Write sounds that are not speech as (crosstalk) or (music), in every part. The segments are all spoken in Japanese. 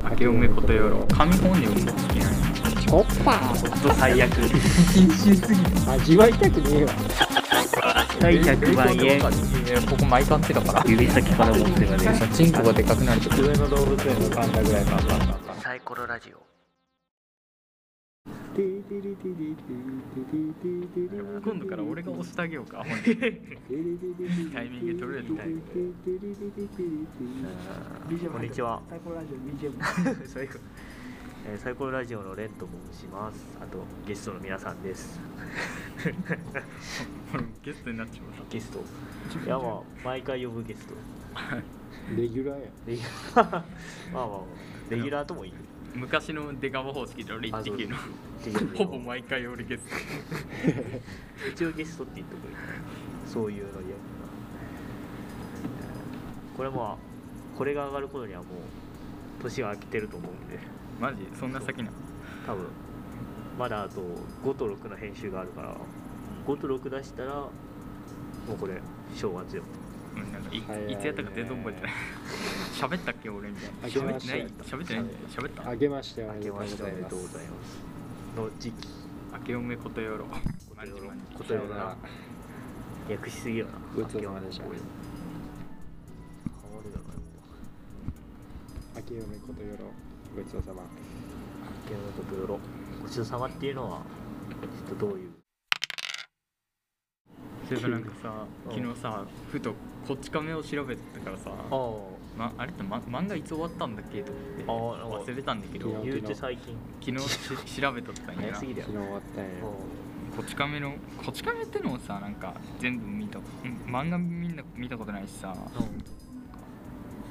竹嫁ことよろ紙本読みが好きなのちょっちとょっと最悪禁止すぎ味わい (laughs) たくねえわ第100万円ここ毎回手だから指先から持って (laughs) がねチンコがでかくなると上野動物園のパンダぐらいパンパンパンパンサイコロラジオ今度から俺が押してあげようか本にタイミング (laughs) 取れるタイミこんにちは。サイコロラジオ BGM サイコ、えーサイコロラジオのレンと申します。あとゲストの皆さんです。 (laughs) これゲストになっちまゲスト。いやまあ毎回呼ぶゲスト。レギュラーやレギュラー (laughs) まあまあまあレギュラーともいい。う (laughs) 昔のデカボ方式で俺言ってきのあそうです (laughs) ほぼ毎回俺ゲスト一応ゲストって言っとくよそういうのでこれまあこれが上がる頃にはもう年が明けてると思うんでマジそんな先なの多分まだあと5と6の編集があるから5と6出したらもうこれ正月ようんなんかい早いねいつやったか全然覚えてない (laughs) 喋ったっけ俺みたいなあ来喋まっしてたない喋ってない喋ったあげましておめで明けとうごましておざいめでまとうごすざいますの時期明けおめことよろこマとジよろマジことよろな訳しすぎよなごちそうさまでした明けましてお明け嫁めでとうことよろごちそうさま明けおめことよろごちそうさまっていうのはちょっとどういうそれとなんかさうん昨日さふとこっち亀を調べてたからさあま、あれって、ま、漫画いつ終わったんだっけとあ思っーなんてか忘れたんだけどあ昨言うて最近昨日し調べとったんや早なすぎだよ昨日終わったんやあこち亀のこち亀ってのもさなんか全部見たうん漫画みんな見たことないしさあうん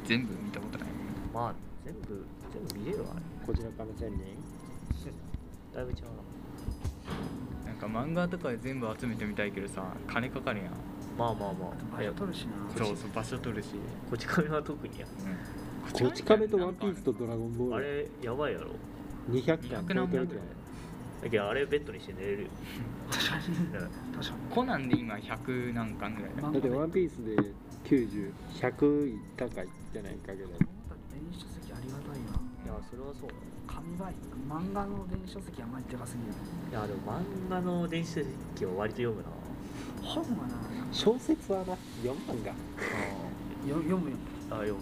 全部見たことないまあ全部全部見れるわあれこちら亀仙人だいぶ違うななんか漫画とかで全部集めてみたいけどさ金かかるやんまあまあまあ早く取るしなそうそう場所取るし、こち亀は特にやうんこち亀とワンピースとドラゴンボーあルれやばいやろ200巻超えてるけどだけどあれベッドにして寝れるよ確かにね確かにコナンで今100何巻ぐらいだまあだってワンピースで90100いったかいってないかけど電子書籍ありがたいないやそれはそうだ紙媒体漫画の電子書籍あんまりでかすぎるいやでも漫画の電子書籍を割と読むな本はな小説はな4万がよ読むよあ読む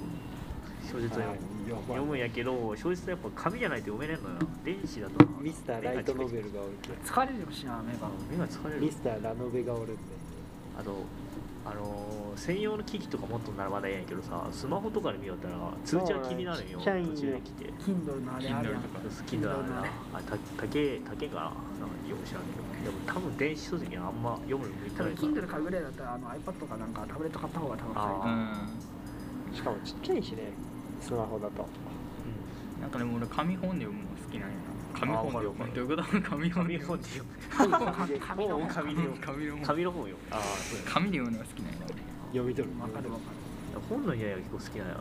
小説は読むはい読むんやけど小説はやっぱ紙じゃないと読めねえのよ電子だとなミスターライトノベルがおるけ疲れるしな目が目が疲れミるスターラノベがおるんであとあのー専用の機器とか持っとんならまだええんやけどさスマホとかで見よったら通知は気になるんよちっ途ちゃいんよ中で来て Kindle のあれあるや Kindle んとか好きだなあた竹竹かななんかよく知らんけどでも多分電子書籍はあんま読むの向いて多な分いから Kindle 買うぐらいだったらあの iPad とかなんかタブレット買った方が多分早うんいあしかもちっちゃいしねスマホだとなんかでも俺紙本で読むの好きなんやな紙本で読むあのどういうこと紙うん本紙での本読でむ読む紙紙の本紙紙でで読む紙の本紙の本を読むああそうや紙で読むのが好きなんやな俺読み取るわかるわか本の依頼が結構好きなんやな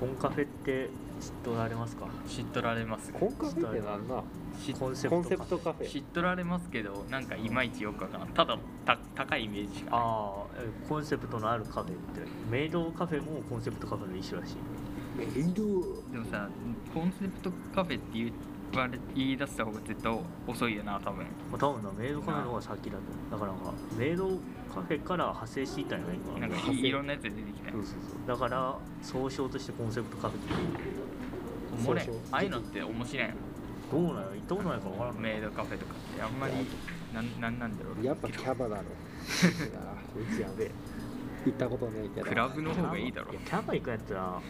コンカフェって知っとられますか知っとられますコンカフェってなんな知っコンセプトコンセプトカフ知ェっとられますけどなんかいまいちよくわからんただた高いイメージしかないああえコンセプトのあるカフェってメイドカフェもコンセプトカフェの一種らしいメイドでもさコンセプトカフェって言われ言い出した方が絶対遅いよな多分まあ多分なメイドカフェの方が先だとだからなんかメイドカフェから派生していったんやね今なんか派い生いろんなやつで出てきたそうそうそうだから総称としてコンセプトカフェっておもれそうそうああいうのって面白いやんどうなの行ったことないから分からんメイドカフェとかってあんまりなんなんなんだろうやっぱキャバだろいやこいつやべえ行ったことねえけどクラブの方がいいだろ (laughs) やキャバ行くんやったら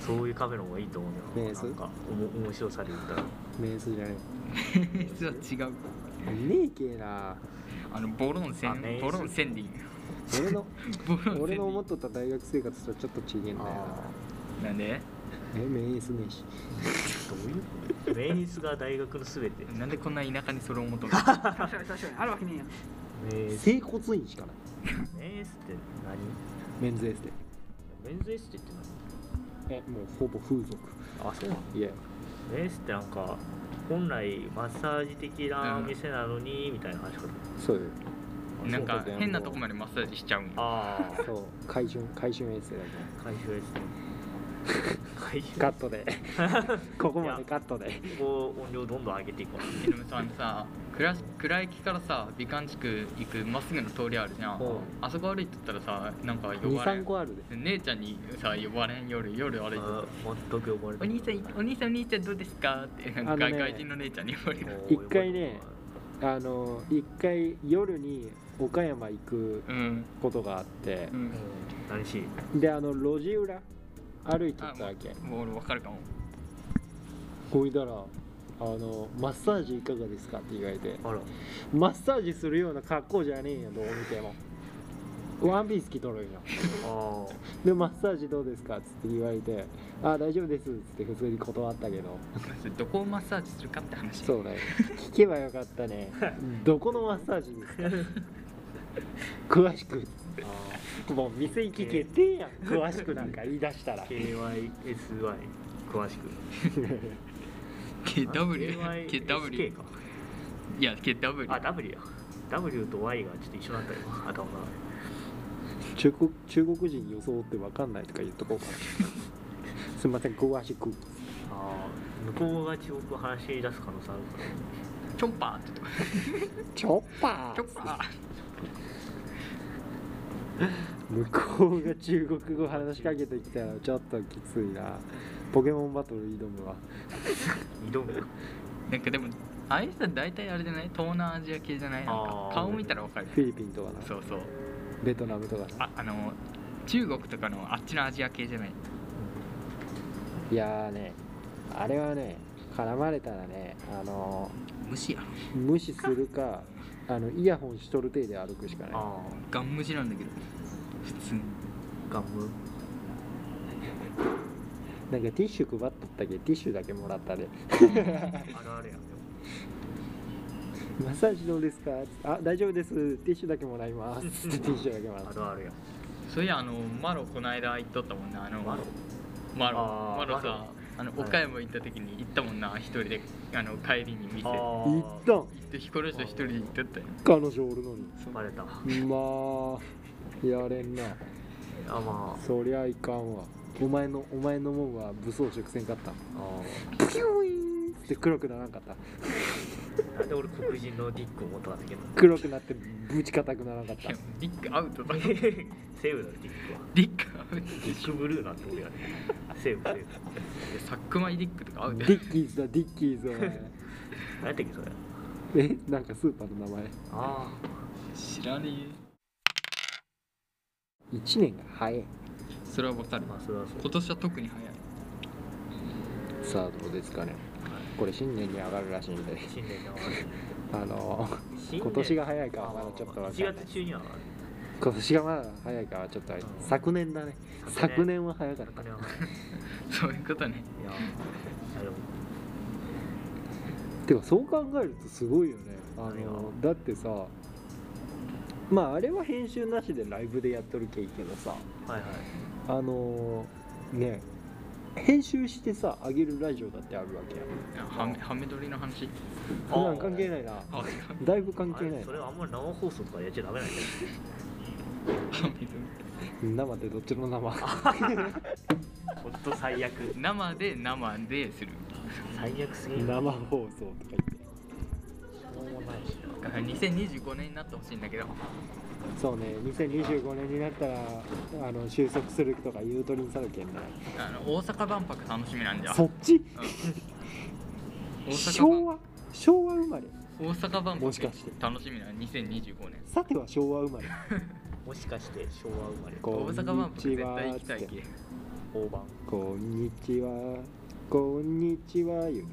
そういうカフェの方がいいと思うよベースなんかおも面白さで言ったらメイズじゃない実は違うねえけえなあのボロンセあメンイズボロンセンディン俺 (laughs) のボロンセンディン (laughs) 俺の思っとった大学生活とはちょっと違えんだよなあなんでえメイズねえしあどういうことメイスが大学のすべてなんでこんな田舎にそれを (laughs) 求めたる確かに確かにあるわけねえやんメイス整骨院しかないメイスってメ何ンズエステメンズエステってえもうほぼ風俗何あそうなのいやメイスってなんか本来マッサージ的な店なのにみたいな話かと思っそうよたなんそうかだね変なとこまでマッサージしちゃうんよああそう回春回春エステだけ回収エステはいカット (laughs) でここまでカットでここ音量どんどん上げていこうヒロムさんさ倉倉駅からさ美観地区行くまっすぐの通りあるじゃんうんあそこ歩いてったらさなんか呼ばれ23ん個あるで姉ちゃんにさ呼ばれん夜夜歩いてたあ全く呼ばれおてない兄さんお兄さんお兄ちゃんどうですかってなんかあのね外人の姉ちゃんに呼ばれるもう一回ねあの一回夜に岡山行くうんことがあっうて呼ばれてんない何しであの路地裏歩いてったわけもう俺わかるかもほいだらあの「マッサージいかがですか?」って言われてあらマッサージするような格好じゃねえよどう見てもワンピース着とるんよあでマッサージどうですかっつって言われて「あ大丈夫です」っつって普通に断ったけどそれどこをマッサージするかって話そうね聞けばよかった (laughs) ねどこのマッサージですか詳しくーあもう店行き決定やん詳しくなんか言い出したら KYSY 詳しく KW KYSK KW かいや KW あ W や W と Y がちょっと一緒だったよ頭が中国中国人装って分かんないとか言っとこう (laughs) かなすいません詳しくあー向こうが中国語話し出す可能性あるからチョンパーってとこチョッパチョンパ向こうが中国語話しかけてきたらちょっときついなポケモンバトル挑むわ挑むよーなんかでもああいう人大体あれじゃない東南アジア系じゃないなんあかー顔見たらわかるフィリピンとかなそうそうベトナムとかなああの中国とかのあっちのアジア系じゃないいやーねあれはね絡まれたらねあの無視やろー無視するかあのイヤホンしとる程度歩くしかないあガン無視なんだけど普通にあガムなんかティッシュ配っとったけどティッシュだけもらったであるあるやんでもマッサージどうですかあ大丈夫ですティッシュだけもらいますティッシュだけもらあっるあるやんそういやあのマロこの間行っとったもんなあのマロマロあーマロマさロあのはい岡山行った時に行ったもんな一人であの帰りに店行たあ行ったんってヒコロシと一人で行っとったよ彼女おるのにそうバレたあまあやれんなまあそりゃいかんわお前のお前のもんは武装直線かったあピュイーンって黒くならんかったーなんで俺黒人のディックを持ったんだけど (laughs) 黒くなってぶち固くならんかっいやたディックアウトだセ (laughs) デーブだろディックィックはアウトディックブルーなんて俺やねセーブセーブサックマイディックとかアウデトィッキーズだディッキーズお前何やったっけそれえなんかスーパーの名前あ知らね1年が早いえそれはわかるあまあそれはそう今年は特に早いさあどうですかねこれ新年に上がるらしいんで新年だわあの新今年が早いかはまだちょっとわかんない1月中には上がる今年がまだ早いかはちょっとあれ昨年だね昨年は早かっ昨た年は上がるそういうことねいやーいやでもてかそう考えるとすごいよねあ何がのだってさまああれは編集なしでライブでやっとるけいけどさはいはいあのね編集してさ上げるラジオだってあるわけやハメハメ撮りの話あー普段関係ないなあハメだいぶ関係あなれいそれはあんまり生放送とかやっちゃダメなんだよ撮り生ってどっちの生ほんと最悪生で生でする最悪すぎる生放送とか言ってそうもないしだから2025年になってほしいんだけどそうね2025年になったらあの収束するとか言うとりにさるけんねあの大阪万博楽しみなんじゃそっち大阪昭万和昭和生まれ大阪万博もしかして楽しみなん2025年さては昭和生まれなもしかして昭和生まれ (laughs) 大こんに阪万博絶ちは対行きたいけ大盤こんにちはこんにちは言う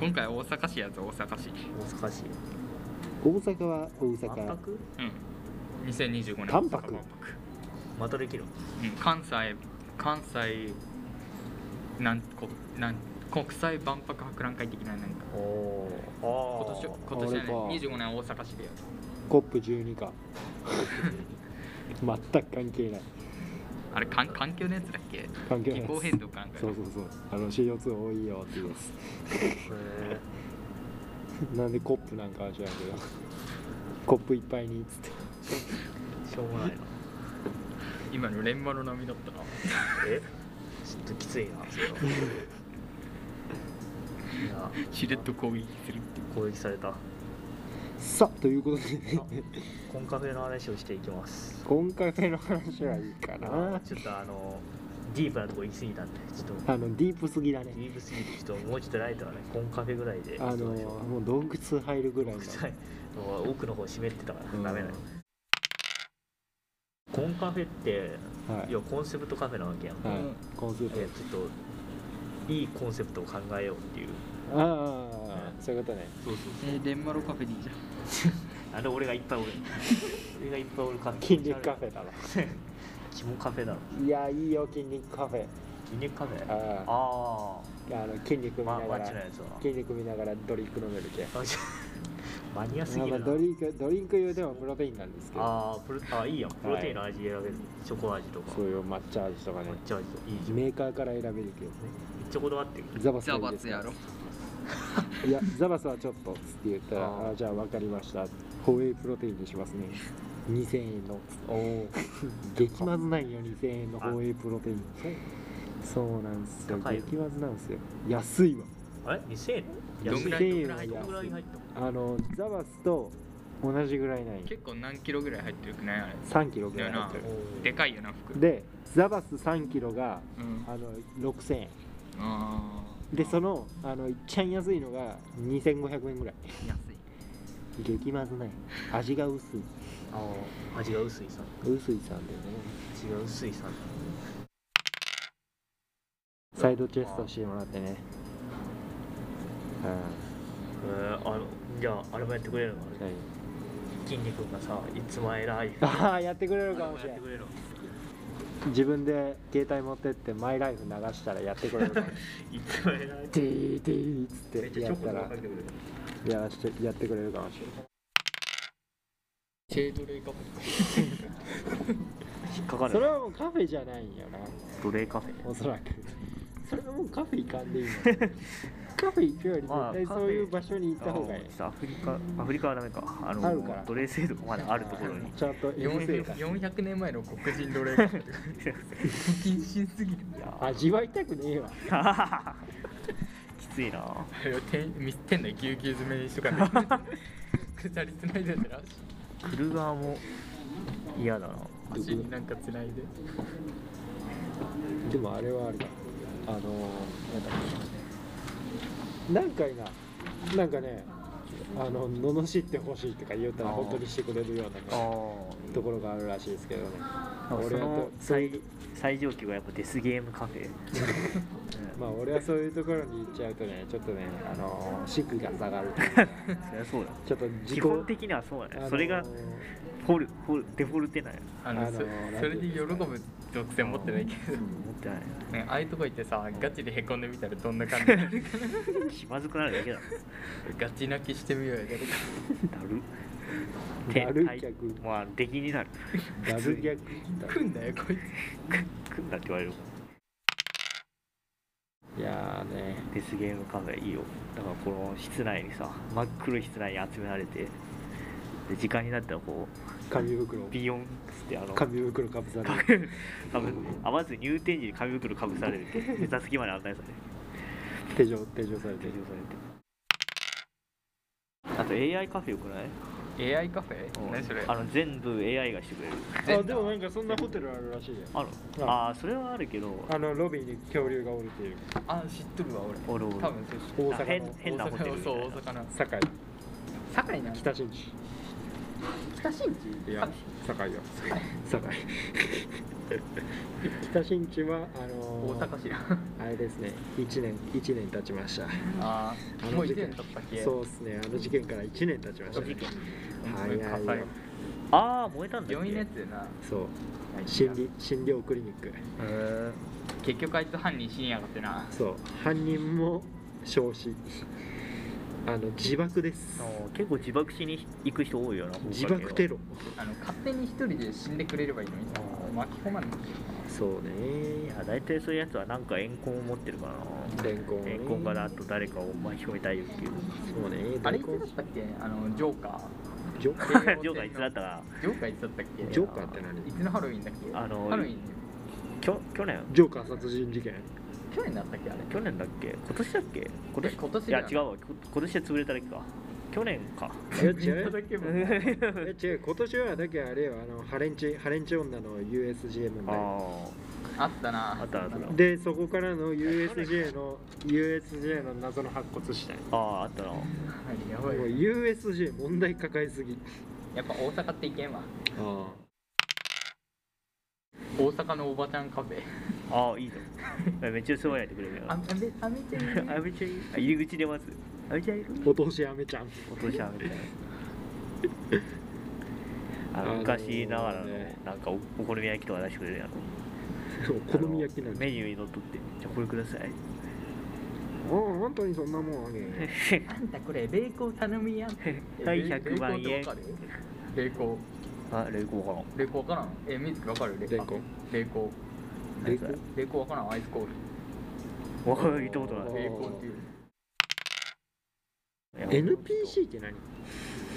今回大阪市やぞ大阪市大阪市大阪は大万阪博うん2025年万博大阪またできるうん、関西関西なんこなん国際万博博覧会的ななんかおおあ今年ー今年はねあれか25年は大阪市でやるコップ12か全く関係ないあれ環環境のやつだっけ関係ない気です候変動かなんかそうそうそうあの CO2 多いよって言うやへつなんでコップなんかは知らんけどコップいっぱいにっつってーしょうもないな今の連番の波だったなえちょっときついなそ (laughs) れはいやしれっと攻撃するっていう攻撃されたさあということであコンカフェの話をしていきます今回の話はいいかなちょっとあのディープなとこ行き過ぎたんでちょっとあのディープすぎだデねィープすぎてちょっともうちょっとライトはねコンカフェぐらいであのもう洞窟入るぐらいの臭いもう奥の方湿ってたからうんダメだよコンカフェってはいいやコンセプトカフェなわけやん、はいうんコンセいやプちょっといいコンセプトを考えようっていうトああそういうことねそうそうえー、デンマロカフェでいいじゃんあれ俺がいっぱいお (laughs) る俺がいっぱいおるカフェ筋肉カフェだろキモカフェだろいやいいよ筋肉カフェ筋肉カフェああああの筋肉あ見なまあマがッチらのやつは筋肉見ながらドリンク飲めるけあちょ (laughs) マニアすぎまあるまなあドリンクドリンク用でもプロテインなんですけどあープロあいいやんプロテインの味選べる、チョコ味とかそういう抹茶味とかね抹茶味とかいいじゃんめっメーカーから選べるけどちゃこだわってるザバスザはいいバでツすやろいやザバスはちょっとっつって言ったらああーじゃあ分かりましたホエイプロテインにしますね2000円のおお激まずないよ2000円のあホエイプロテインそうなんですよ高いの激まずなんですよ安いわあれ2000円どんぐら2000い円どんぐらいどはどんぐら安いい入ったのあのザバスと同じぐらいない結構何キロぐらい入ってるくないあれ3キロぐらい入ってるおーでかいよな服でザバス3キロがうんあの6000円あーでそのあのいっちゃん安いのが2500円ぐらい安い激まずない味が薄いああ味が薄いさ薄いさんだよね味が薄いさサイドチェストしてもらってねえー、あのじゃああれもやってくれるのあれう筋肉がさいつも偉いんああやってくれるかもしれやっないてくれる自分で携帯持ってってマイライフ流したらやってくれるかもしれ (laughs) ないいつも偉いディーディーっめつっっちてゃチやョっコたとからかけてくれるやらしてやってくれるかもしれないシェードレイカフェ引っかかそるれはもうカフェじゃないんよな奴隷カフェおそらくそれはもうカフェ行かんでい (laughs) いのカフェ行くより絶対そういう場所に行った方がいいあのアフリカアフリカはダメかあのあるから奴隷制度がまだあるところにちゃんと M 制か400年前の黒人奴隷カフェ (laughs) 不謹慎すぎるいや味わいたくねえわ (laughs) きついなあれを (laughs) 店店内ぎゅうぎゅう詰めにしと (laughs) かない鎖つないでたら来る側も嫌だな足足になんかつないででもあれはあれだあのー、なんだっけ何回ななんかねあの罵ってほしいとか言ったらあー本当にしてくれるようなねあところがあるらしいですけどねそ俺はのと最最上級がやっぱデスゲームカフェまあ俺はそういうところに行っちゃうとねちょっとねあのー、士気が下がると (laughs) いうかそりゃそうだちょっと自己基本的にはそうだあねのーそれがフォルフォルデフォルテなんやあのあのそーそれで喜ぶ属性持ってないけ思ってないど、ね、ああいうとこ行ってさガチでへこんでみたらどんな感じになるか気まずくなるだけだろガチ泣きしてみようよ誰かだ (laughs) るだるて客はいまあ出禁になるダブル逆来んだよこい来んなって言われるいやーねデスゲームカフェいいよだからこの室内にさ真っ黒い室内に集められてで時間になったらこ紙袋うビヨンっつってあの紙袋かぶさる多分あまず入店時に紙袋かぶされてで座席まで案内され手錠手錠されて提る供されてあと AI カフェよくないつ AI カフェ何それあの全部 AI がしてくれるあでもなんかそんなホテルあるらしいよあるうんああそれはあるけどあのロビーに恐竜がおるっていうあ知っとるわ俺おるおる多分そう大あ阪の変変なホテルみたそういな大阪の堺堺な北新地北新地いや堺よ堺北新地はあの大ー阪市やあれですね1年一年経ちまし (laughs) たあああのもう事1件年経ったっけそうですねあの事件から1年経ちました、本ね、当に火早い災よああ燃えたんだっ病け院のやつでなそう心理診療クリニックへ結局あいつ犯人死んやがってなそう犯人も焼死あの自爆ですーあー結構自爆しに行く人多いよな自爆テロロあの勝手に一人で死んでくれればいいのに巻き込まんのそういねや大体そういうやつはなんか怨恨を持ってるからなレンコンをね怨恨からあと誰かを巻き込みたいっていうそうねあれレいンつコだンったっけあのジョーカジョー (laughs) ジョーカーいつだったらジョーカーいつだったっけジョーカーって何いつのハロウィンだっけあのハロウィンきょ去年ジョーカー殺人事件去年だったっけあれ去年だっけ今年だっけ今年え今年いだやよ違うわこ今年で潰れただけか去年かえ違みんなだうけもえ違う今年はだけあれよあのハレンチハレンチ女の USJ 問あ題ー (laughs) あったあなったあったなでそこからの USJ の USJ の謎の白骨死体あああったなやばもいう USJ 問題抱えすぎやっぱ大阪っていけんわあ大阪のおばちゃんカフェああいいぞめっちゃ座らないでくれるよああめあめちゃんいる (laughs) あめちゃいるあ入り口でまずあめちゃんいるお通しあめちゃんお年あめちゃんああのの昔ながらのねなんかおお好み焼きとか出してくれるやろお好み焼きなんでメニューにのっとってじゃあこれくださいもう本当にそんなもんあ (laughs) げんあんたこれベーコン頼みやんはいえベ100万円ベーコンってわかるベーコンあレイコーかなレコわからんえみずきわかるレレコレコレコレコわからんアイスコーヒおお行ったことーないレコっていういや NPC って何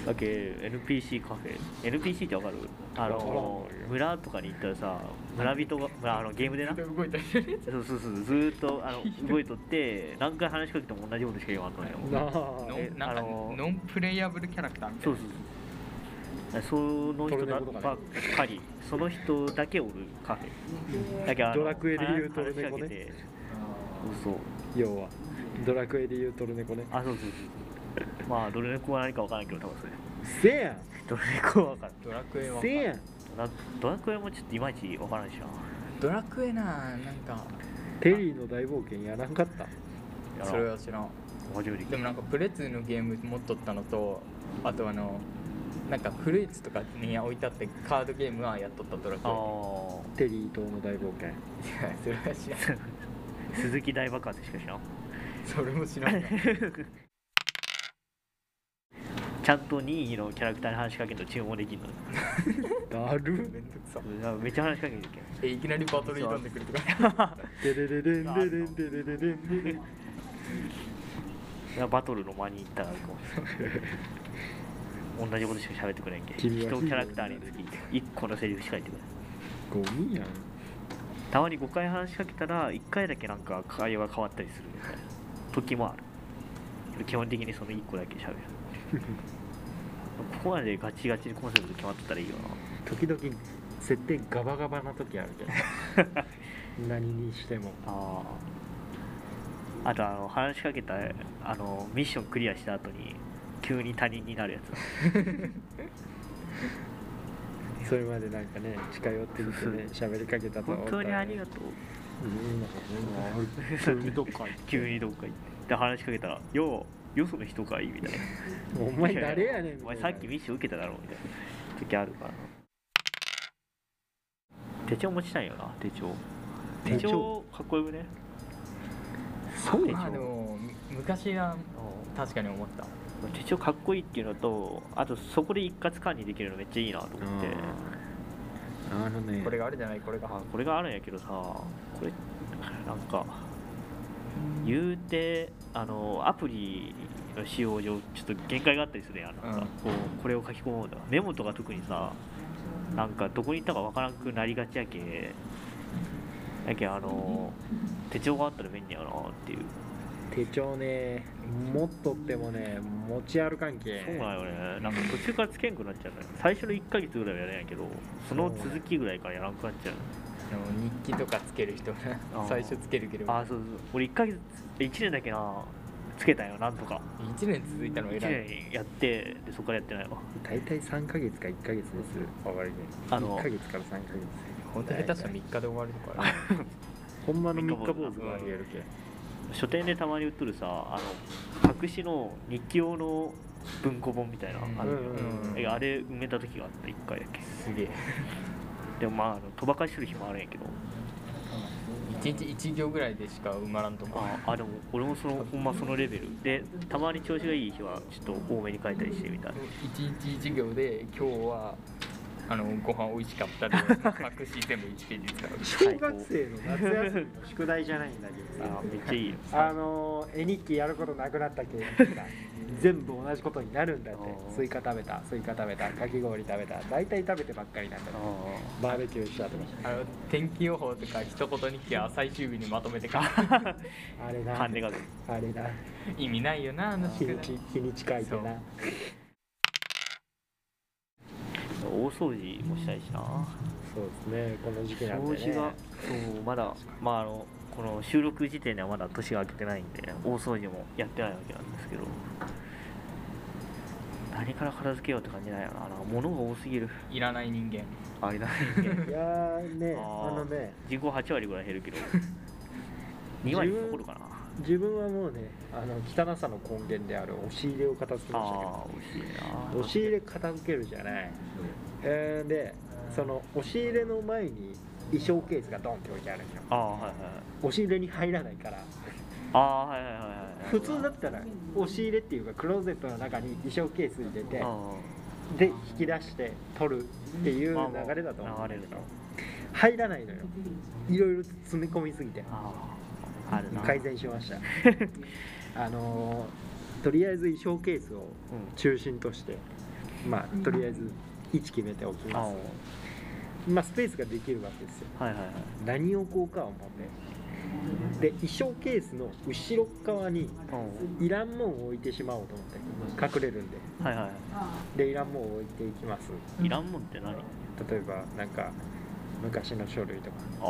だっけ NPC カフェ NPC ってわかるあの村とかに行ったらさ村人が村あのゲームでな動いたりするそうそうそうずーっとあの動いとって何回話しかけても同じことしか言わんのよなノあえンなんあかのーノンプレイヤブルキャラクターみたそいうなそうそうそのトル人だネコとかねばっかりその人だけおるカフェだけあのドラクエで言うトル話しネかコねけてそうそう要はドラクエで言うトルネコねあそうそうそうまあドルネコは何かわからんけど多分それせやんドルネコはわからんドラクエはせやんなドラクエもちょっといまいちわからんしなドラクエななんかテリーの大冒険やらんかったやそれろは知らん初めて聞いでたもなんかプレツのゲーム持っとったのとあとあのなんかフルーツとかに置いてあってカードゲームはやっとったドラクエあテリー島の大冒険いやそれは知らんあ鈴木大爆発しかし (laughs) な (laughs) それも知らんないちゃんと任意のキャラクターに話しかけると注文できるのだる (laughs) めんどくさうんめっちゃ話しかけてるけんえいきなりバトル挑んでくるとかデレレレンデレンデレレレンデレンいやバトルの間に行ったらあるかもしれない同じことしか喋ってくれんけ君は人をキャラクターにつき1個のセリフしか言ってくれない (laughs) ゴミやんたまに5回話しかけたら1回だけなんか会話が変わったりするみたいな時もあるけど基本的にその1個だけ (laughs) 喋るここまでガチガチにコンセプト決まってたらいいよな時々設定ガバガバな時あるけ (laughs) ど何にしてもあああとあの話しかけたあのミッションクリアした後に急に他人になる (laughs) やつそれまでなんかね近寄ってきてね喋りかけたと思本った当らにありがとううん急にどっか行って (laughs) 急にどっか行ってで話しかけたら「ようよその人かい?」みたいな (laughs) お前誰やねんおみた前いなさっきミッション受けただろ」みたいな時あるからな手帳持ちたいよな手帳手手帳帳かっこよくねそう (laughs) 手なまの帳あでもむ昔は確かに思った手帳かっこいいっていうのとあとそこで一括管理できるのめっちゃいいなと思ってあのねこれがあるじゃないこれがあこれがあるんやけどさこれなんか言うてあのアプリの使用上ちょっと限界があったりするやんなんか、こうこれを書き込もうとかメモとか特にさなんかどこに行ったかわからんくなりがちやけやけあの手帳があったら便利やなっていう手帳ね持っとってもね持ち歩かんけそうなんよねなんか途中からつけんくなっちゃうのよ最初の1ヶ月ぐらいはやるんやけどその続きぐらいからやらなくなっちゃうあの日記とかつける人ねあー最初つけるけどあそうそう俺1ヶ月1年だけなつけたんよなんとか1年続いたの1偉い年やってでそこからやってないわ大体3ヶ月か1ヶ月にする分かるねあの1ヶ月から3ヶ月本当下手したら3日で終わるとかあるほんまの三三日日坊坊主主がありえるけ書店でたまに売っとるさあの白紙の日記用の文庫本みたいなあるよ、うんうんうんえあれ埋めた時があった1回だけすげえでもまああのとばかしする日もあるんやけど1日1行ぐらいでしか埋まらんとかああでも俺もそのほんまそのレベルでたまに調子がいい日はちょっと多めに書いたりしてみたい1日1行で今日はあのご飯美味しかったで隠し全部1ページ使う小学生の夏休みの宿題じゃないんだけどあさーめっちゃいいよあのー絵日記やることなくなったけどさ全部同じことになるんだってあースイカ食べたスイカ食べたかき氷食べた大体食べてばっかりなんだってバーベキューしたとかあの天気予報とか一言日記は最終日にまとめて書くあれあーなハンデが出るあれな意味ないよなあの日宿に題ち日にち書いてな大掃除もしたいしなそうですねこの時期なん掃で除ねがそうまだまああのこの収録時点ではまだ年が明けてないんで大掃除もやってないわけなんですけど何から片付けようって感じないよななんか物が多すぎるいらない人間 (laughs) あれだねいやーねああーのね人口8割ぐらい減 (laughs) るけど2割残るかな自分はもうねあの汚さの根源である押し入れを片付けましたけどああ惜しいな押し入れ片付けるじゃない、えーでその押し入れの前に衣装ケースがドンって置いてあるんですよああはいはい押し入れに入らないからああはいはいはいはい普通だったら押し入れっていうかクローゼットの中に衣装ケース入れてあで引き出して取るっていうまあまあ流れだと思うんだけ流れるどね入らないのよいろいろ詰め込みすぎてああああるな改善しました (laughs) あのーとりあえず衣装ケースをうん中心としてまあとりあえず位置決めておきああまはすまあ、スペースができるわけですよいはいはい何をこうかはもうねで衣装ケースの後ろ側にうんいらんもんを置いてしまおうと思って隠れるんではいはでいらんもんを置いていきますいいらんもんって何あ例えばなんか昔の書類とかあ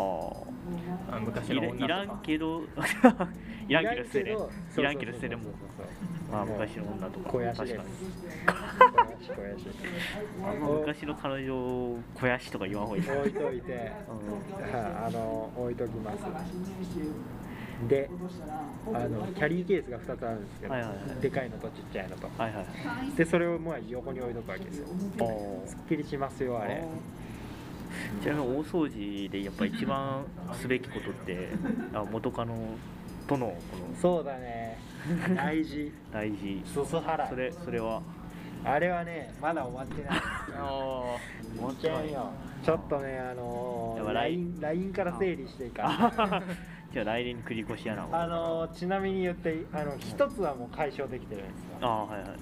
あの昔いのらいら女とんかけ (laughs) どいらんけど捨てれんいらんけど捨てれんもんまあ昔の女とか肥やし確ですかに肥やしあんま昔の彼女を肥やしとか言わんほうがいい肥やし置いといてうんはいあの置いときますであのキャリーケースが2つあるんですけど、はいはいはいでかいのとちっちゃいのとはいはいでそれをまあ横に置いとくわけですよおおすっきりしますよあれちなみに大掃除でやっぱ一番すべきことってあ元カノとのこのそうだね大事大事すす払 (laughs) そいれそれはあれはねまだ終わってないあ終わっいけてなんいよちょっとねあのやーばい LINE, LINE から整理していいかあじゃあ来年に繰り越しやな (laughs) あのーちなみに言ってあの一つはもう解消できてるんですよああはいはいは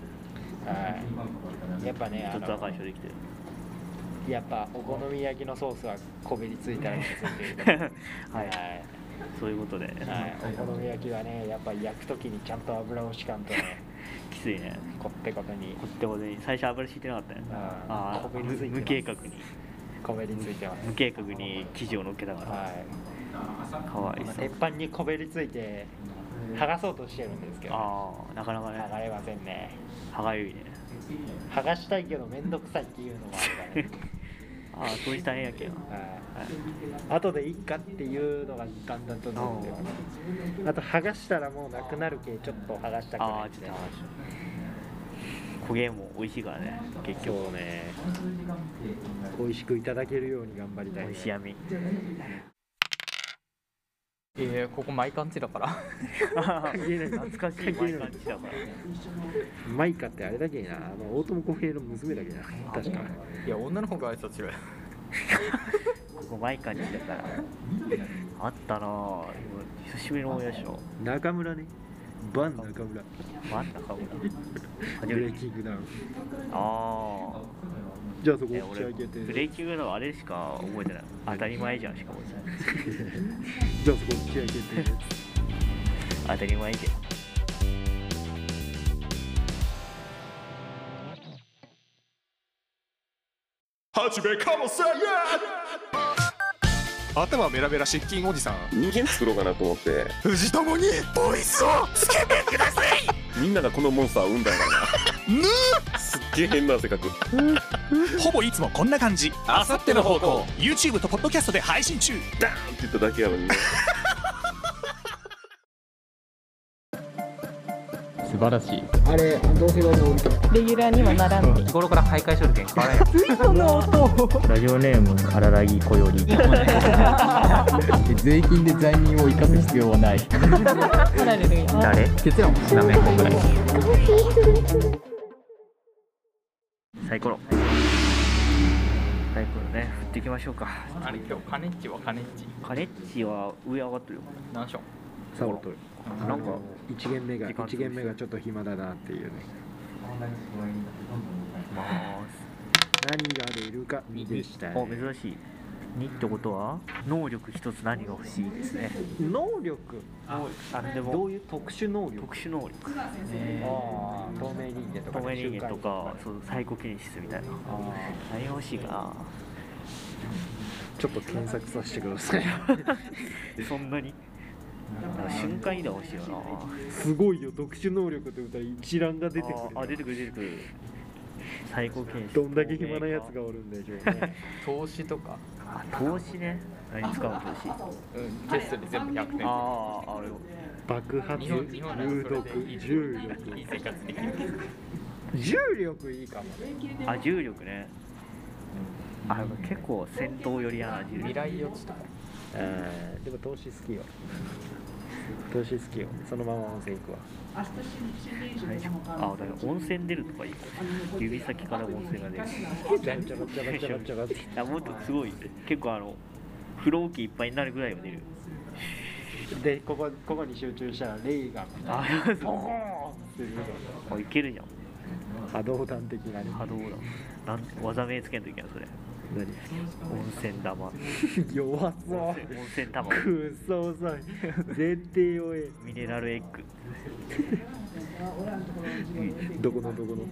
いやっぱねあちょっとは解の消できてるやっぱお好み焼きのソースはこびりついたら消すっていうははいい、 (laughs) そういうことではい、お好み焼きはねやっぱ焼く時にちゃんと油を敷かんとねきついねこってことにこってことに最初油敷いてなかったよあああーこ無びりついてます無計画にこびりついてます無計画に生地を乗っけたかはいらかわい今そ鉄う板にこべりついて剥がそうとしてるんですけどああなかなか剥がねれませんね歯がゆいね剥がしたいけど面倒くさいっていうのもあるか (laughs) ああそういう大変やけんらねはい後でいいかっていうのがだんだんとなってくるあと剥がしたらもうなくなるけちょっと剥がしたくあなあいちょっと話焦げも美味しいからね結局そうね美味しくいただけるように頑張りたい美味しい闇いやいやここ毎感じだから (laughs) (laughs) 懐かしい前感じだからマイカってあれだけなあの大友康平の娘だけな確かいや女の方が挨拶しろよここマイカにいたからあったなぁ久しぶりの思い出しょ中村ねバン中村あったかもな初ブレめイてキングダウンああじゃあそこえ押し俺上げてブレイキングのあれしか覚えてない当たり前じゃんしか覚えてないじゃあそこ押し上げ (laughs) て当たり前じゃん始めかもせや頭ベラベラ失禁おじさん人間作ろうかなと思って藤友にボイスをつけてくださいみんながこのモンスターを産んだんだなぬすっげえ変な性格ほぼいつもこんな感じあさっての方向 YouTube とポッドキャストで配信中ダーンって言っただけやのにね素晴らしいあれどうせどうせレギュラーにはならん日頃から徘徊処理券変わらないその音ラジオネームかららぎこより税金で罪人を生かす必要はないなれるよ誰結論なめこぐらいサイコロサイコロね振っていきましょうかあれ今日カネッチはカネッチカレッジは上上がってるよ何しょんサボとななんんかか1限目が時間潰し一限目がちょっと暇だなっていうねま何が出るか2でしたあねお珍しい2ってことは能力一つ何が欲しいですね能力あでどもういう特殊能力特殊能力ああ透明人間とか透明人間とかそうサイコキネシスみたいなああ何が欲しいかなちょっと検索させてくださいそんなになんか瞬間移動欲しいよなすごいよ特殊能力って言ったら一覧が出てくるああ出てくる出てくる最高検どんだけ暇なやつがおるんでしょうね投資とか、あ投資ね何使う投資あうん、テストで全部100点あーあれ爆発日本日本なら有それ毒でいい重いい力生活できる重力いいかもあ重力ねあでも結構戦闘寄りやな重未力来予知とかえーでも投資好きよ投資好きよそのまま温泉行くわあだから温泉出るとかいいよね指先から温 (laughs) 泉が出るちゃばちゃばちゃばちゃばちゃばってあもっとすごい結構あの不老期いっぱいになるぐらいは出るでここここに集中したらレイガンああいけるじゃん波動弾的なね波動だなん技名つけんといけないそれ温泉玉温何弱そう泉温泉玉くっそ遅い絶対弱えミネラルエッグどこのどこの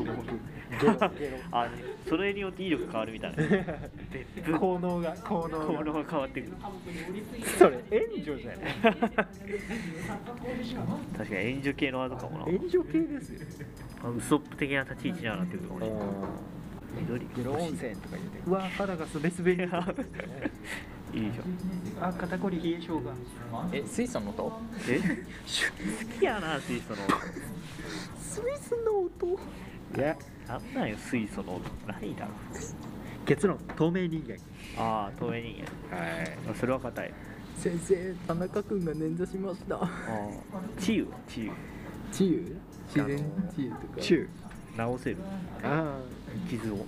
どこゲロゲ (laughs) あそれによって威力変わるみたいな別ロ府効能が効能効が能が変わってくるそれ援助じゃない確かに援助系の技かもな援助系ですよあウソップ的な立ち位置にはなってくる俺緑ゲ (laughs) ロ温泉とか言ってうわ肌がすべすべになっていいじゃんあ肩こり冷え性がえ水素の音え好きやな水素のスイスの音いやなんなんよ水素のないだろ結論透明人間ああ透明人はい間あそれは硬い先生田中君が捻挫しましたああ治癒は治癒治癒自然治癒とか中治せるあ傷を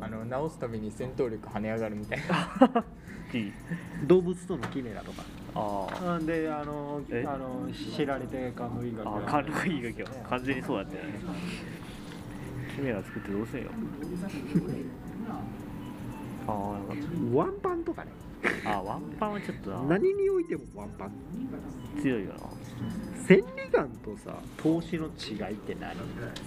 あの直すたびに戦闘力跳ね上がるみたいな (laughs) 治癒あ動物とのキメラとかあああであのえあの知られて冠医学あ貫禄いいが今日完全にそうだったよねキメラ作ってどうせよあーなんかワンパンとかねあワンパンはちょっとな何においてもワンパン強いよな千里眼とさ投資の違いって何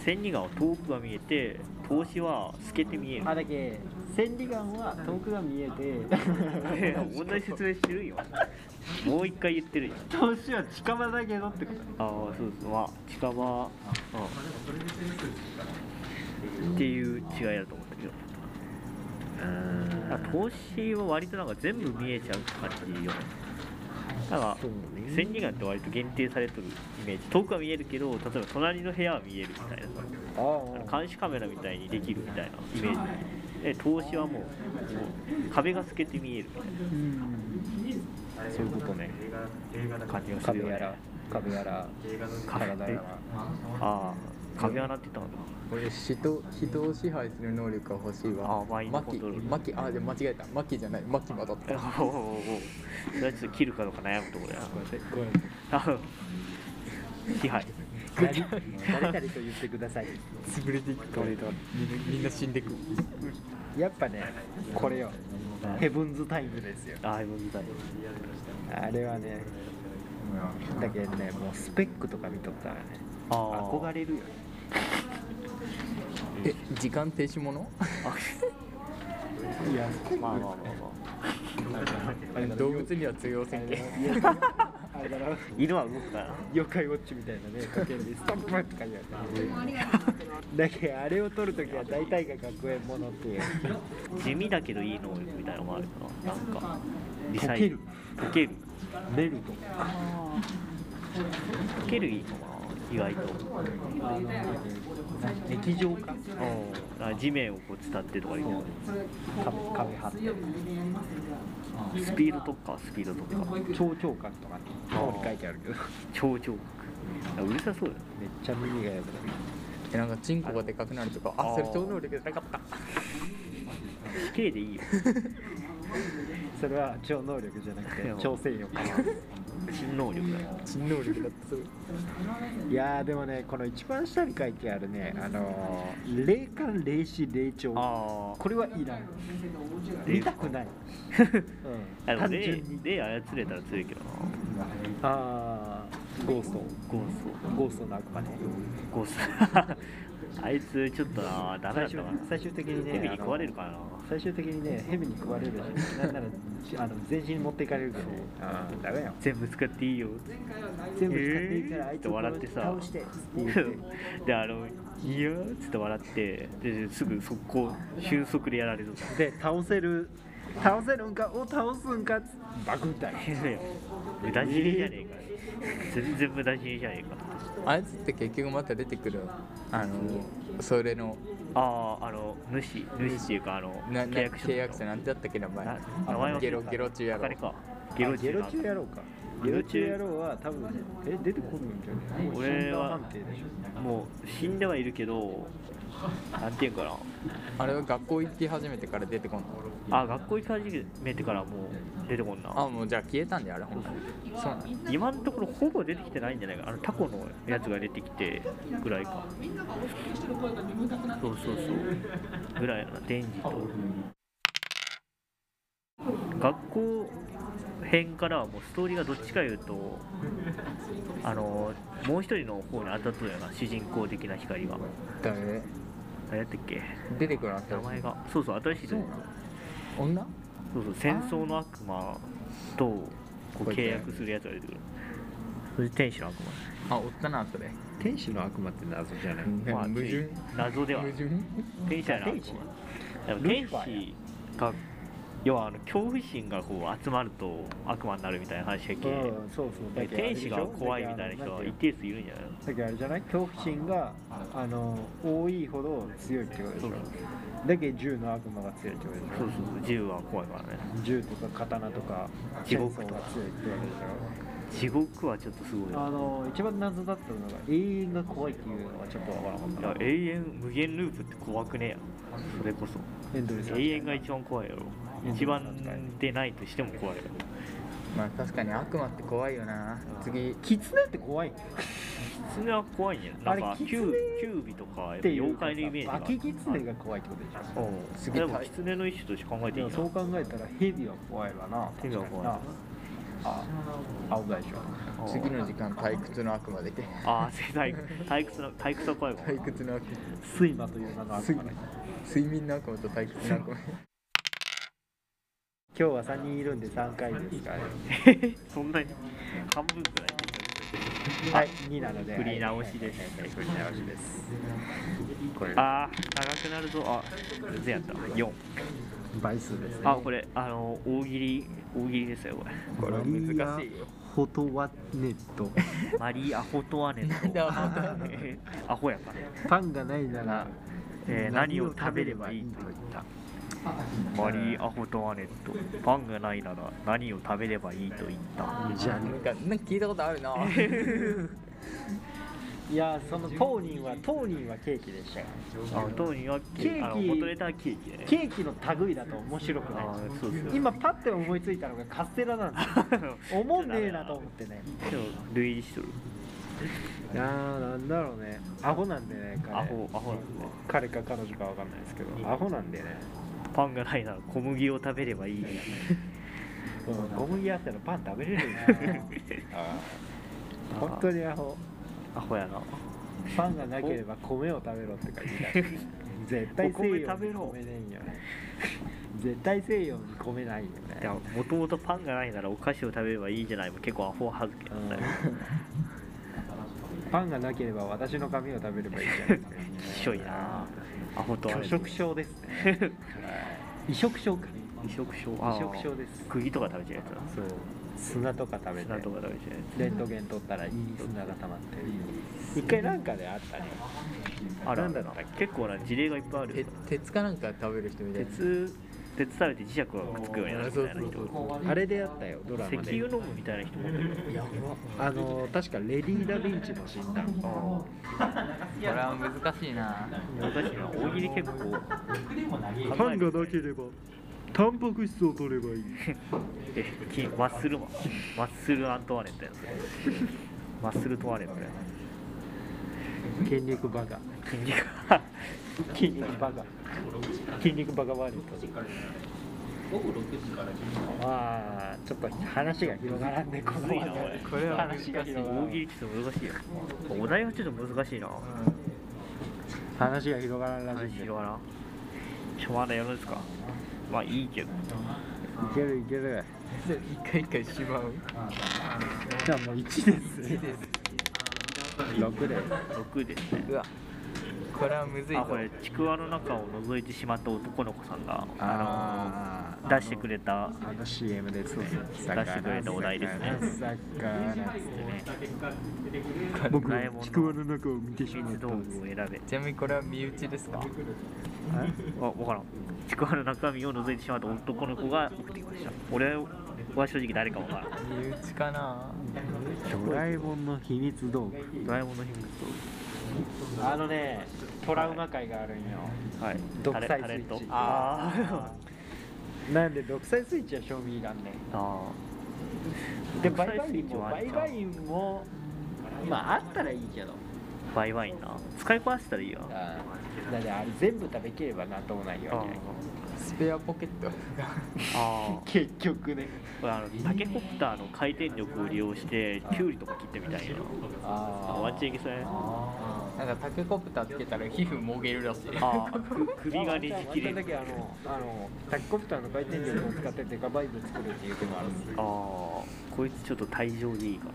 千里眼は遠くが見えて投資は透けて見えるあだけ千里眼は遠くが見えていや (laughs) 同じ説明してるよもう一回言ってるよ投資は近場だけどってこああそうそうまあ近場、うん、っていう違いだと思ったけどとうんあ投資は割となんか全部見えちゃう感じよねだからそう千ね里眼って割と限定されてるイメージ遠くは見えるけど例えば隣の部屋は見えるみたいなああのあ監視カメラみたいにできるみたいなイメージで投資はもうもう壁が透けて見えるみたいなそういうことね感じがする壁よやねら壁やら体やらああ壁穴って言ったのか俺人人を支配する能力が欲しいわあマインドマコンキトロールマキあでも間違えたマキじゃないマキまだったなおおおおそれはちょっと切るかどうか悩むところやなあ支配誰々と言ってください潰れていくどれどれみんな死んでくやっぱねこれよヘブンズタイムですよああ無理だよあれはねだけどねもうスペックとか見とったらねああ憧れるよねえ時間停止ものいやまあまあまあま動物には通用せんけいやあれだろあ犬は動くからな妖怪ウォッチみたいなねかけるでストップとか言われてだけどあれを撮るときは大体が学園ものっていう地味だけどいい能力みたいなのもあるかななんかリ溶ける溶けるメルとか溶けるいいかな意外と液状化あ地面をこう伝ってとかいいんじゃな壁壁張っていスピードとかスピードとか超聴感とかね (laughs) 顔に書いてあるけど超聴覚あうるさそうだよめっちゃ耳が良くなるえなんかチンコがでかくなるとかああーそれ超能力じゃなかった死刑でいいよそれは超能力じゃなくて調整 (laughs) 力新能力だよ新能力だったそれいやーでもねこの一番下に書いてあるねあのー霊感霊視霊長あこれはいらん見たく (laughs) ない、うああん、でも単霊純に霊操れたら強いけどなああゴーストゴースゴーストの悪魔ねトゴースト (laughs) あいつちょっとなダメだ最った終かな最終的にねヘビにあの食われるかな最終的にねヘビに食われるしなんならあの全身持っていかれるけどあーダメよ全部使っていいよ全部使っていいからえーあいつと笑ってさ倒してって言って (laughs) であの「いや」っつって笑ってですぐ速攻瞬足でやられるとで倒せる倒せるんかを倒すんかっつバクみたいな無駄死にじゃねえか全然無駄死にじゃねえかあいつって結局また出てくるあのそれのあああの主主っていうかあのなな契約書契約者なんてだったっけ名前な名前忘れたゲロゲロ中やろあれかゲロあゲ中ロだ中野郎かゲゲロロ中中野郎は多分え出てこるんじゃない俺は判定でしょもう死んではいるけどなんていうんかあれは学校行き始めてから出てこんのなあ学校行き始めてからもう出てこんなあもうじゃあ消えたんであれほんまにそうなんだ今のところほぼ出てきてないんじゃないかなあのタコのやつが出てきてぐらいかそうそうそうぐらいやな電磁と学校編からはもうストーリーがどっちかいうとあのもう一人の方に当たったような主人公的な光が誰何やったっけ出てくるの名前がそうそう新しい人女そうそう戦争の悪魔とこうこいつね契約するやつが出てくるそれで天使の悪あおったなそれ天使の悪魔って謎じゃない魔、まあ、矛盾謎ではあ矛る盾天使やな悪天使魔でも天使が要はあの恐怖心がこう集まると悪魔になるみたいな話だうっんそうそうけだけどあれ天でし使ょが怖いみたいな人は一定数いるんじゃないのだけどあれじゃない恐怖心があの多いほど強いってことでしそうょだけど銃の悪魔が強いってことでしそょうそう銃は怖いからね銃とか刀とか地チェーン獄ソーとがか強いってことでし地獄はちょっとすごいょあよの一番謎だったのが永遠が怖いっていうのはちょっとわからなかっいたやな永遠無限ループって怖くねえやそれこそエンドレス永遠が一番怖いやろ一番でないとしても怖いやろまあ確かに悪魔って怖いよな次キツネって怖いっ狐は怖いんやなんかあれキ狐ューキュービとかやっぱていう妖怪のイメージがあバるキキツネが怖いってことでしょうんげえでも狐の一種として考えてでいいもんじゃそないう考えたらヘビは怖いわな蛇は怖い確かになあ危ないでしあー次の時間退屈の悪魔でてああ、世代、退屈の、退屈は (laughs) 怖いもんな。退屈の悪魔ょ睡魔という名の悪魔ね睡眠の悪魔と退屈の悪魔 (laughs) 今日は3人いるんで3回ですから、そんなに、半分くらい。はい2なので振り直しですはいはいはい振り直しですこれああ、長くなるぞ。あ、全やった。四。倍数ですねあ、これ、あの、大喜利、大喜利ですよ、(laughs) ここれれ。は難しいよフォトワネットマリーアホとはね (laughs) なんでアホとアホやから。パンがないならえー何を食べればいいと言ったマリー・アホトワネットパンがないなら何を食べればいいと言ったじゃあなんかなんか聞いたことあるないやその当人は当人はケーキでしたよあ当人はケケーキーキあの元ネタはケーキやねケーキの類だと面白くないあーそうそう今パッて思いついたのがカステラなんですよ思んねえなと思ってねでも類似しとるあーなんだろうねアホなんでね彼アホアホなんで彼か彼女かわかんないですけどアホなんでねパンがないなら小麦を食べればいいゴムギあったらパン食べれるよな本当にアホアホやなパンがなければ米を食べろって感じだよ絶対西洋にお米食べろ米ねえよね絶対西洋に米ないよいやねもともとパンがないならお菓子を食べればいいじゃないも結構アホはずけだったよパンがなければ私の髪を食べればいいじゃないですかひょいなアホとは拒食症ですね移植症か異食症移植症です釘とか食べちゃうやつだ砂とか食べて砂とか食べちゃうやレントゲン取ったらいい砂が溜まってる一回なんかであったねつあるある結構な事例がいっぱいある鉄鉄かなんか食べる人みたいな鉄鉄食べて磁石がくっつくようになるみたいな人あれでやったよドラマで石油飲むみたいな人もいるやばあの確かレディー・ダ・ヴィンチも死んだこれは難しいな私は大喜利結構パンがなければタンパク質を取ればいいえきマッスルマンマッスルアントワネットやつマッスルトワネットや筋肉バカ筋肉が筋肉バカ筋肉バカワールドああちょっと話が広がらんねこむのずいな話おいこれは話が広がら大ん喜利ちょっと難しいよお題はちょっと難しいな話が広がらんらしい話けしどようなちょまだやるんですかまあいいけいどけるいける (laughs) 一回一回しまうじゃあもう1です1です6で6ですねうわこれはむずいあぞこれちくわの中を覗いてしまった男の子さんがああの出してくれたあの CM ですね出してくれたお題ですね僕ドラえもんのちくわの中を見てしまっ水た道具を選べちなみにこれは身内ですかあ、わからん。ちくわの中身を覗いてしまった男の子が送ってきました。俺は正直誰かわからん。身内かなドラえもんの秘密道具ドラえもんの秘密あのねトラウマ界があるんよと。はい。独裁スイッチタレタレントあ (laughs) あなんで独裁スイッチは賞味いらんねーあー。でバイバインもあバりイかバインもまああったらいいけどバイバインな。使いこなしたらいいよ。あーだってあれ全部食べきればなんともないあわスペアポケットーあけ結局ねー。これあのタケコプターの回転力を利用してキュウリとか切ってみたいな。あ、あワンチェンいけそうやねなんかタケコプターつけたら皮膚もげるらしいあーく首がねじ切れだる。けあのあのタッコプターの回転力を使ってデカバイブ作るっていう手もあるんですああ。こいつちょっと退場でいいか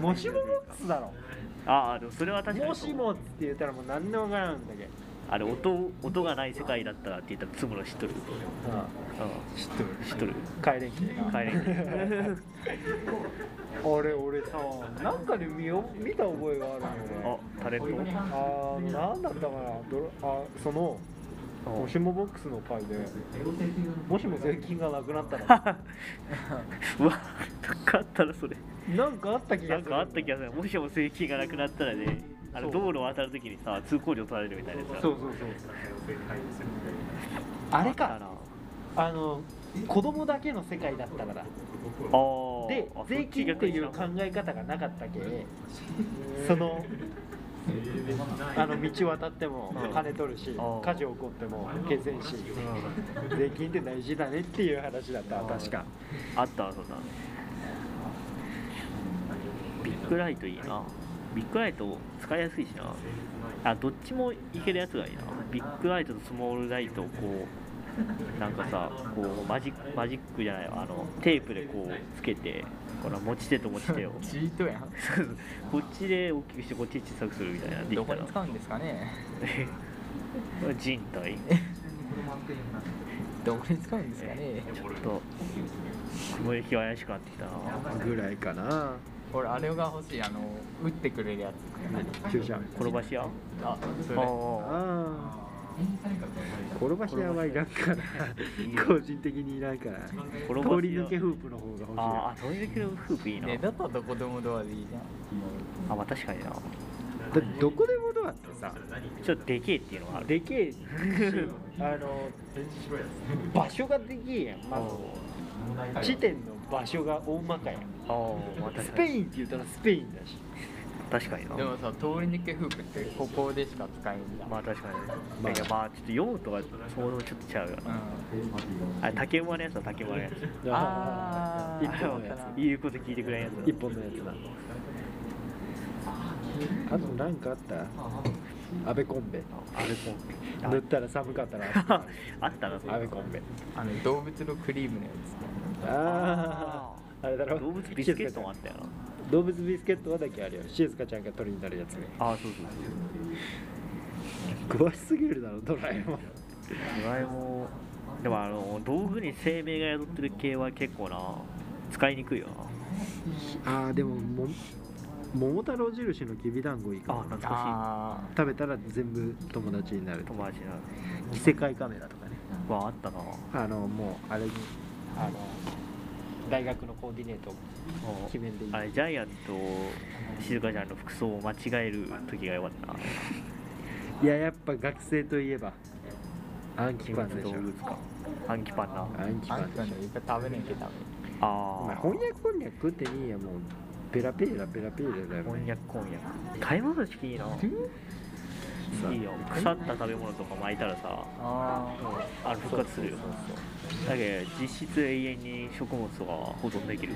もしももっつだろら。ああ、でもそれは確かにもそう。しもっつって言ったらもう何でもわからんだけどあれ音音がない世界だったらって言ったらつむの知っとる。うん、知っとる。知っとる。帰れんけ帰れんけあれ俺さなんかで見よ見た覚えがあるよあね、タレントあーなんだったかなドロあそのもしもボックスの回でもしも税金がなくなったらうわ、なんかあったらそれ。なんかあった気がなすんるかあった気がする。もしも正規がなくなったらね、あのそ道う路を渡るときにさ、通行料取られるみたいなやつそうそうそうあれあったなかあの子供だけの世界だったからあーであ税金っていう考そっち逆にえ方がなかったけそのあの道渡っても金取るしあ火事起こっても消せんし税金って大事だねっていう話だった確かあったわそんなのビッグライトいいなビッグライト使いやすいしなあどっちもいけるやつがいいなビッグライトとスモールライトをこうなんかさこうマジックマジックじゃないわあのテープでこうつけてこの持ち手と持ち手を (laughs) チートやんそうそうこっちで大きくしてこっち小さくするみたいなできどたこらに使うんですかね (laughs) 人体どこに使うんですかねちょっと雲行きが怪しくなってきたなぐらいかな俺あれが欲しいあの打ってくれるやつ注射転ばし屋あそれあああ転ばし屋はいらんから個人的にいらんからあ通転ばりし屋抜けフープの方が欲しいああ、飛び抜けるフープいいな。ねだったらどこでもドアでいいじゃんあ、まあ確かにな。だってどこでもドアってさちょっとでけえっていうのはある。でけえしあの場所がでけえやんまず地点の場所が大まかやんああ、まあス確かペに。インって言ったらスペインだし確かになで。もさ通り抜けフープってここでしか使えんじゃん、まあ確かに。まあ、いやまあちょっと用途がそもそもちょっとちゃうよな。うあれ、竹馬のやつは竹馬のやつ。ん、あ一あ本のやの言うこと聞いてくれんやつつ一だ。本のやつだあと何かあったアベコンベあれコン塗ったら寒かったら暑くなある (laughs) あったな、そアれベ。コンベあの動物のクリームのやあああれだろ動物ビスケットもあったよな。動物ビスケットはだけあるよ静香ちゃんが鳥になるやつねああ、そうそうそ詳しすぎるだろドラえもんう。ドラえもん。でもあの、道具に生命が宿ってる系は結構な、使いにくいよな。ああでもも桃太郎印のきびだんごいいかああ、も懐つかあ食べたら全部友達になるしい。友達なの。異世界カメラとかねはあったなあのもうあれにあの大学のコーディネートを決めんでいいあれジャイアンと静香ちゃんの服装を間違える時がよかったないややっぱ学生といえば暗記パンでしょ道具か暗記パンな暗記あパんンたでのしょ言うた食べねえけどあまああ翻訳こんにゃく食ってねえやもうペラペラペラペラだよね翻訳婚約買い物好きいいなさいいよ腐った食べ物とか巻いたらさああの復活するよだけど実質永遠に食物とか保存できる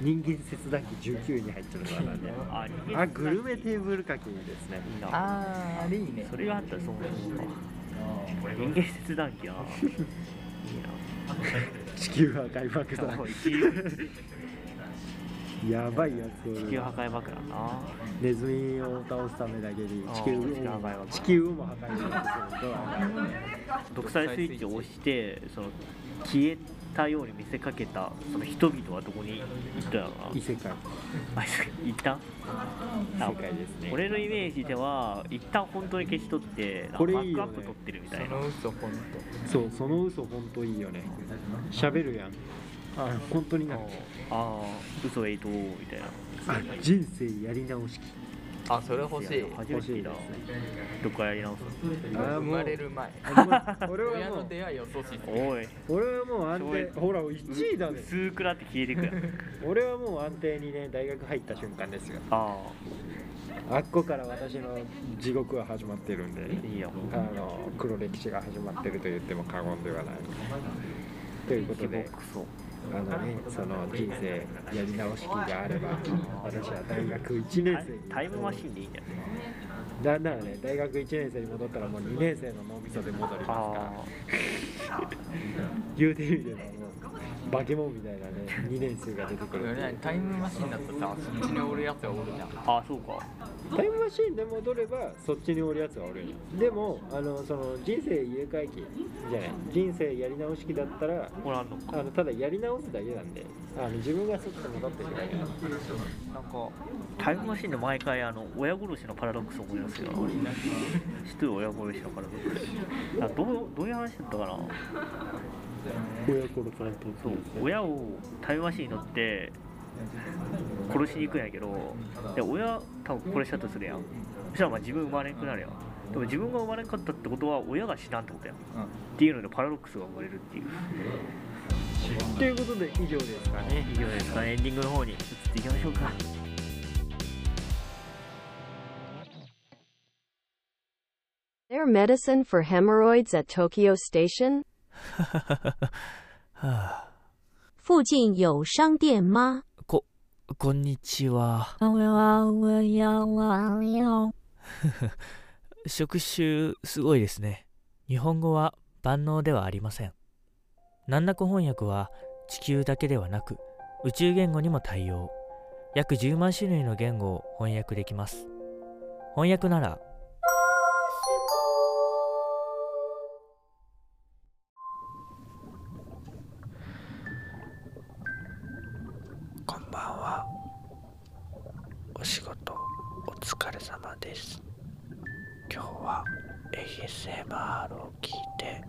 人間切断機19に入ってるからねあ人間あグルメテーブルかけですねいいなああれいいねそれがあったらそう思うか人間切断機ないい地球破壊爆な弾もう地球 (laughs) やばいやつ地お球る破壊爆弾なネズミを倒すためだけにあー地球地球破壊爆を弾地球をも破壊するドラマ独裁スイッチを押してその消えたように見せかけたその人々はどこに行ったのかな異世界あ一旦あ世界ですね俺のイメージでは一旦本当に消し取ってなんかこれバいいックアよねップ取ってるみたそいなの嘘ほんとそうその嘘本当いいよね喋るやんあ本当になっちゃうああ嘘えいとみたいなあ人生やり直しあそれ欲しい初め欲てし聞いいたでわすねどっからやり直すあー生もまうれる前 (laughs) 俺親はものう出会いを阻止するのおい俺はもう安定ほら1位だね薄くなって消えていくやん (laughs) 俺はもう安定にね大学入った瞬間ですよああっこから私の地獄は始まってるんであいいよあの黒歴史が始まってると言っても過言ではないということでクソあのねその人生やり直し期があれば私は大学1タ年イ生にタイムマシンでいいんじゃないだんだんね大学1年生に戻ったらもう2年生の脳みそで戻りますからあ言うてみればもう化け物みたいなね2年生が出てくる俺らタイムマシンだとさそっちにおるやつがおるじゃんあああそうかタイムマシーンで戻ればそっちにおるやつはおるんよでもあのその人生入れ替え期じゃない人生やり直し期だったらおらんのかあのただやり直すだけなんであの自分がそっちに戻ってくるだけなんでなんかタイムマシンで毎回あの親殺しのパラドックスを思い出すよ知ってる親殺しのパラドックスなんかどうどういう話だったかな親殺されてそう親をタイムマシンに乗って殺しに行くんやけどで親多分殺したとするやんそしたらまあ自分生まれんくなるやんでも自分が生まれんかったってことは親が死なんってことやん、っていうのでパラドックスが生まれるっていうということで以上ですかね以上ですかねエンディングの方に移っていきましょうか附近有商店吗？こんにちは。 (laughs) 職種すごいですね。日本語は万能ではありません。難なく翻訳は地球だけではなく宇宙言語にも対応。約10万種類の言語を翻訳できます。翻訳ならこんばんは。お仕事お疲れ様です。今日は ASMR を聞いて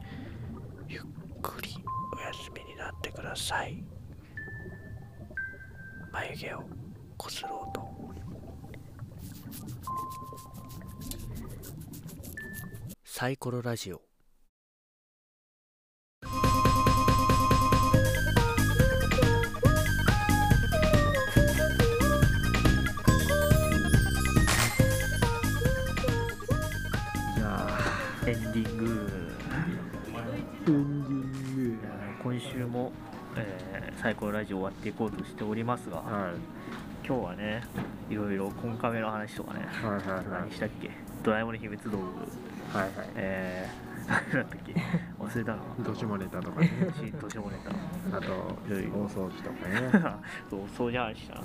ゆっくりお休みになってください。眉毛をこすろうと。サイコロラジオ。じゃあエンディングエンディング今週も、えー、最高ラジオ終わっていこうとしておりますが、はい今日はねいろいろコンカメの話とかねはいはいはい何したっけドラえもんの秘密道具はいはいえー、何だったっけ忘れたな年もネタとか (laughs) ね年年もネあといろいろ大掃除とかね (laughs) タ (laughs) そうそうじゃ話したな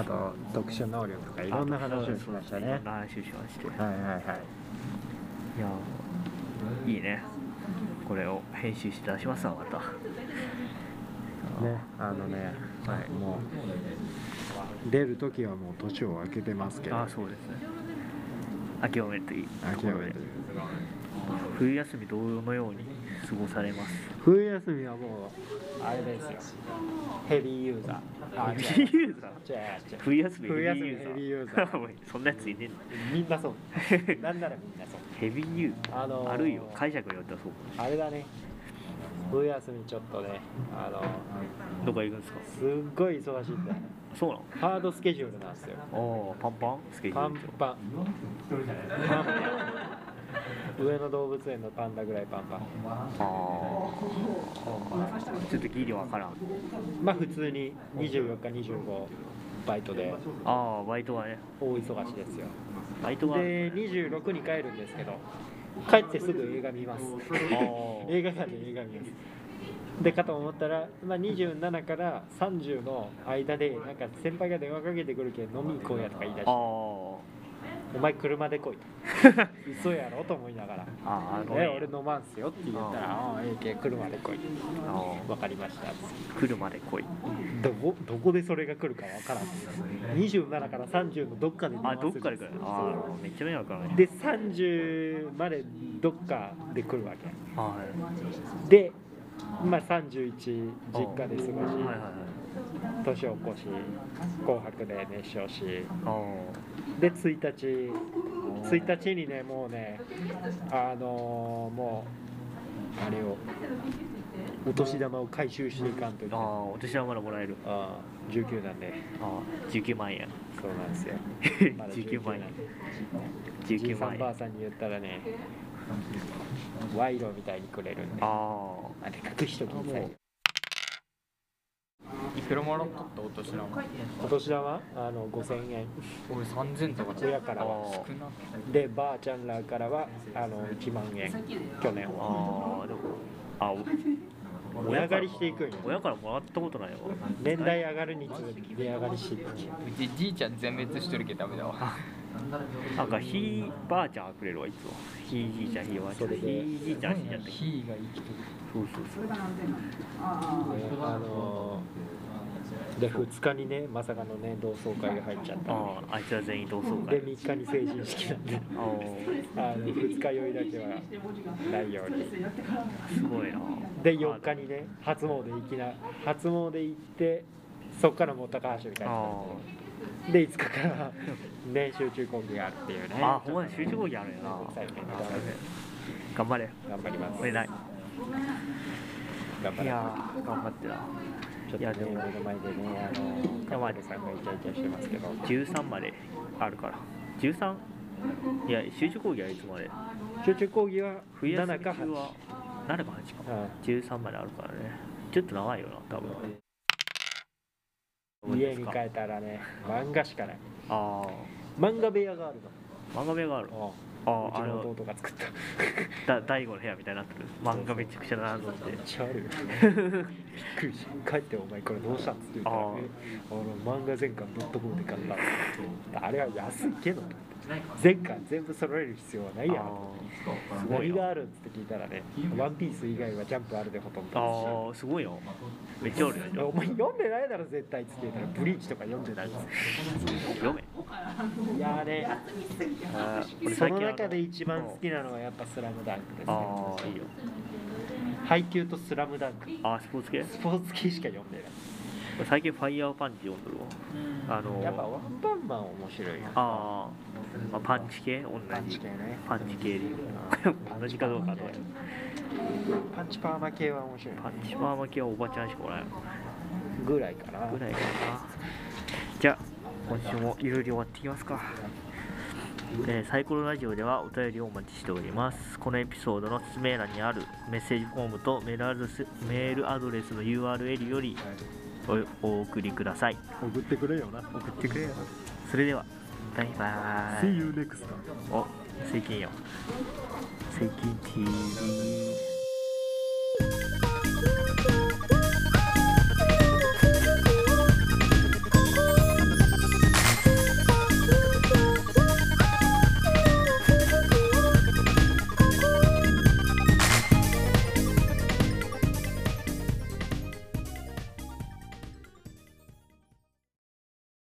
あと特殊能力とかいろんな話をしましたいろねんな話をしましてはいはいはいいやーいいねこれを編集して出しますわまたねあのね、はいもう出る時はもう年を明けてますけどああそうですね諦めていい諦めてところで冬休みどのように過ごされます冬休みはもうあれですよヘビーユーザーあヘビーユーザー違う違う冬休みヘビ冬休みーユヘビーユーーザザーー (laughs) おいそんなやついねえんだみんなそうなんならみんなそうヘビーユーザー、あのーあるいは解釈によってはそうかあれだね冬休みちょっとねあのどこ行くんですかすっごい忙しいんだよそうなハードスケジュールなんですよのああパンパンスケジュパーンル帳パンパンパン上野動物園のパンダぐらいパンパンああちょっとギリわからんまあ普通に24日25バイトでああバイトはね大忙しですよバイトはで26に帰るんですけど帰ってすぐ映画見ますー映画館で映画見ますでかと思ったら、まあ、27から30の間でなんか先輩が電話かけてくるけん飲み行こうやとか言い出して「あーお前車で来い」(laughs) と「嘘やろ?」と思いながら「あーあのえね俺飲まんすよ」って言ったら「ああええけん車で来い」あわかりましたー来るまで来いどこどこでそれが来るかわからん27から30のどっかで飲まあせどるっから来るああめっちゃ迷惑だねで30までどっかで来るわけはいで、まあ、31実家で過ごし、はいはいはい年を越し紅白で熱唱しあで1日1日にねもうねあのーもうあれをお年玉を回収していかんといーあーお年はまだもらえるああ19なんでああ19万円そうなんですよまだ19万円なんでじい19さ万んばあ円さんに言ったらね賄賂みたいにくれるんであああれ隠しときなさいよいくらもらったお年玉お年玉あの5000円俺3000とか親からは少なでばあちゃんらからはあの1万円去年はああでもあお値上がりしていくんよ親からもらったことないわ年代上がるにつれて値上がりしていくくうちじいちゃん全滅してるけどダメだわなんかひいばあちゃんあくれるわいつもひいじいちゃんひいばあちゃんひいじいちゃんひいちゃんってひいが生きてるそうそうそうあので2日にねまさかのね同窓会が入っちゃったあああいつは全員同窓で会3日に成人式なんであああの2日酔いだけはないようにすごいなで4日にね初詣行きな初詣行ってそっからもう高橋みたいなあで5日からね集中講義があるっていうねあああほんまに集中講義あるんやなめんどくさいねあ頑張れ頑張ります俺ない頑張いれやー頑張ってなちょっとね目の前でねあのカマルさんがイチャイチャしてますけど13まであるから13いや集中講義はいつまで集中講義は冬休み7中か8は7か8かうん13まであるからねちょっと長いよな多分どうで家すにか帰ったらね漫画しかないあ漫画部屋があるあ漫画部屋があるのあうあちあのの弟が作っただ第五の部屋みたいになってる漫画めちゃくちゃ並んでてめっちゃある (laughs) よびっくりした帰ってお前これどうしたっつって言ったら、あーね、あの漫画全巻ぶっ飛ぶで買ったあれは安いけど全巻全部揃える必要はないやあろーすごい何がよあるっつって聞いたらね「ワンピース以外はジャンプあるでほとんどああすごいよめっちゃあるよじゃお前読んでないだろ絶対っつって言ったら「ブリーチ」とか読んでないっつってあ読めいやーねあー俺そ最の近あ中で一番好きなのはやっぱ「スラムダンクですねああいいよ配給と「スラムダンクああスポーツ系スポーツ系しか読んでない俺最近ファイヤーパンチ読んでるわあのやっぱワンパンマン面白いよあー、まあパンチ系同パンチじ系ねパンチ系で同じかどうかはどうやパンチパーマ系は面白いねパンチパーマ系はおばちゃんしかおらんやろぐらいかなぐらいかなじゃあ今週もいろいろ終わっていきますかえーサイコロラジオではお便りをお待ちしておりますこのエピソードの説明欄にあるメッセージフォームとメールアドレスメールアドレスの URL よりおお送りください送ってくれよな送ってくれよそれではバイバー See イ you next time お、セキンよ。セキ TV。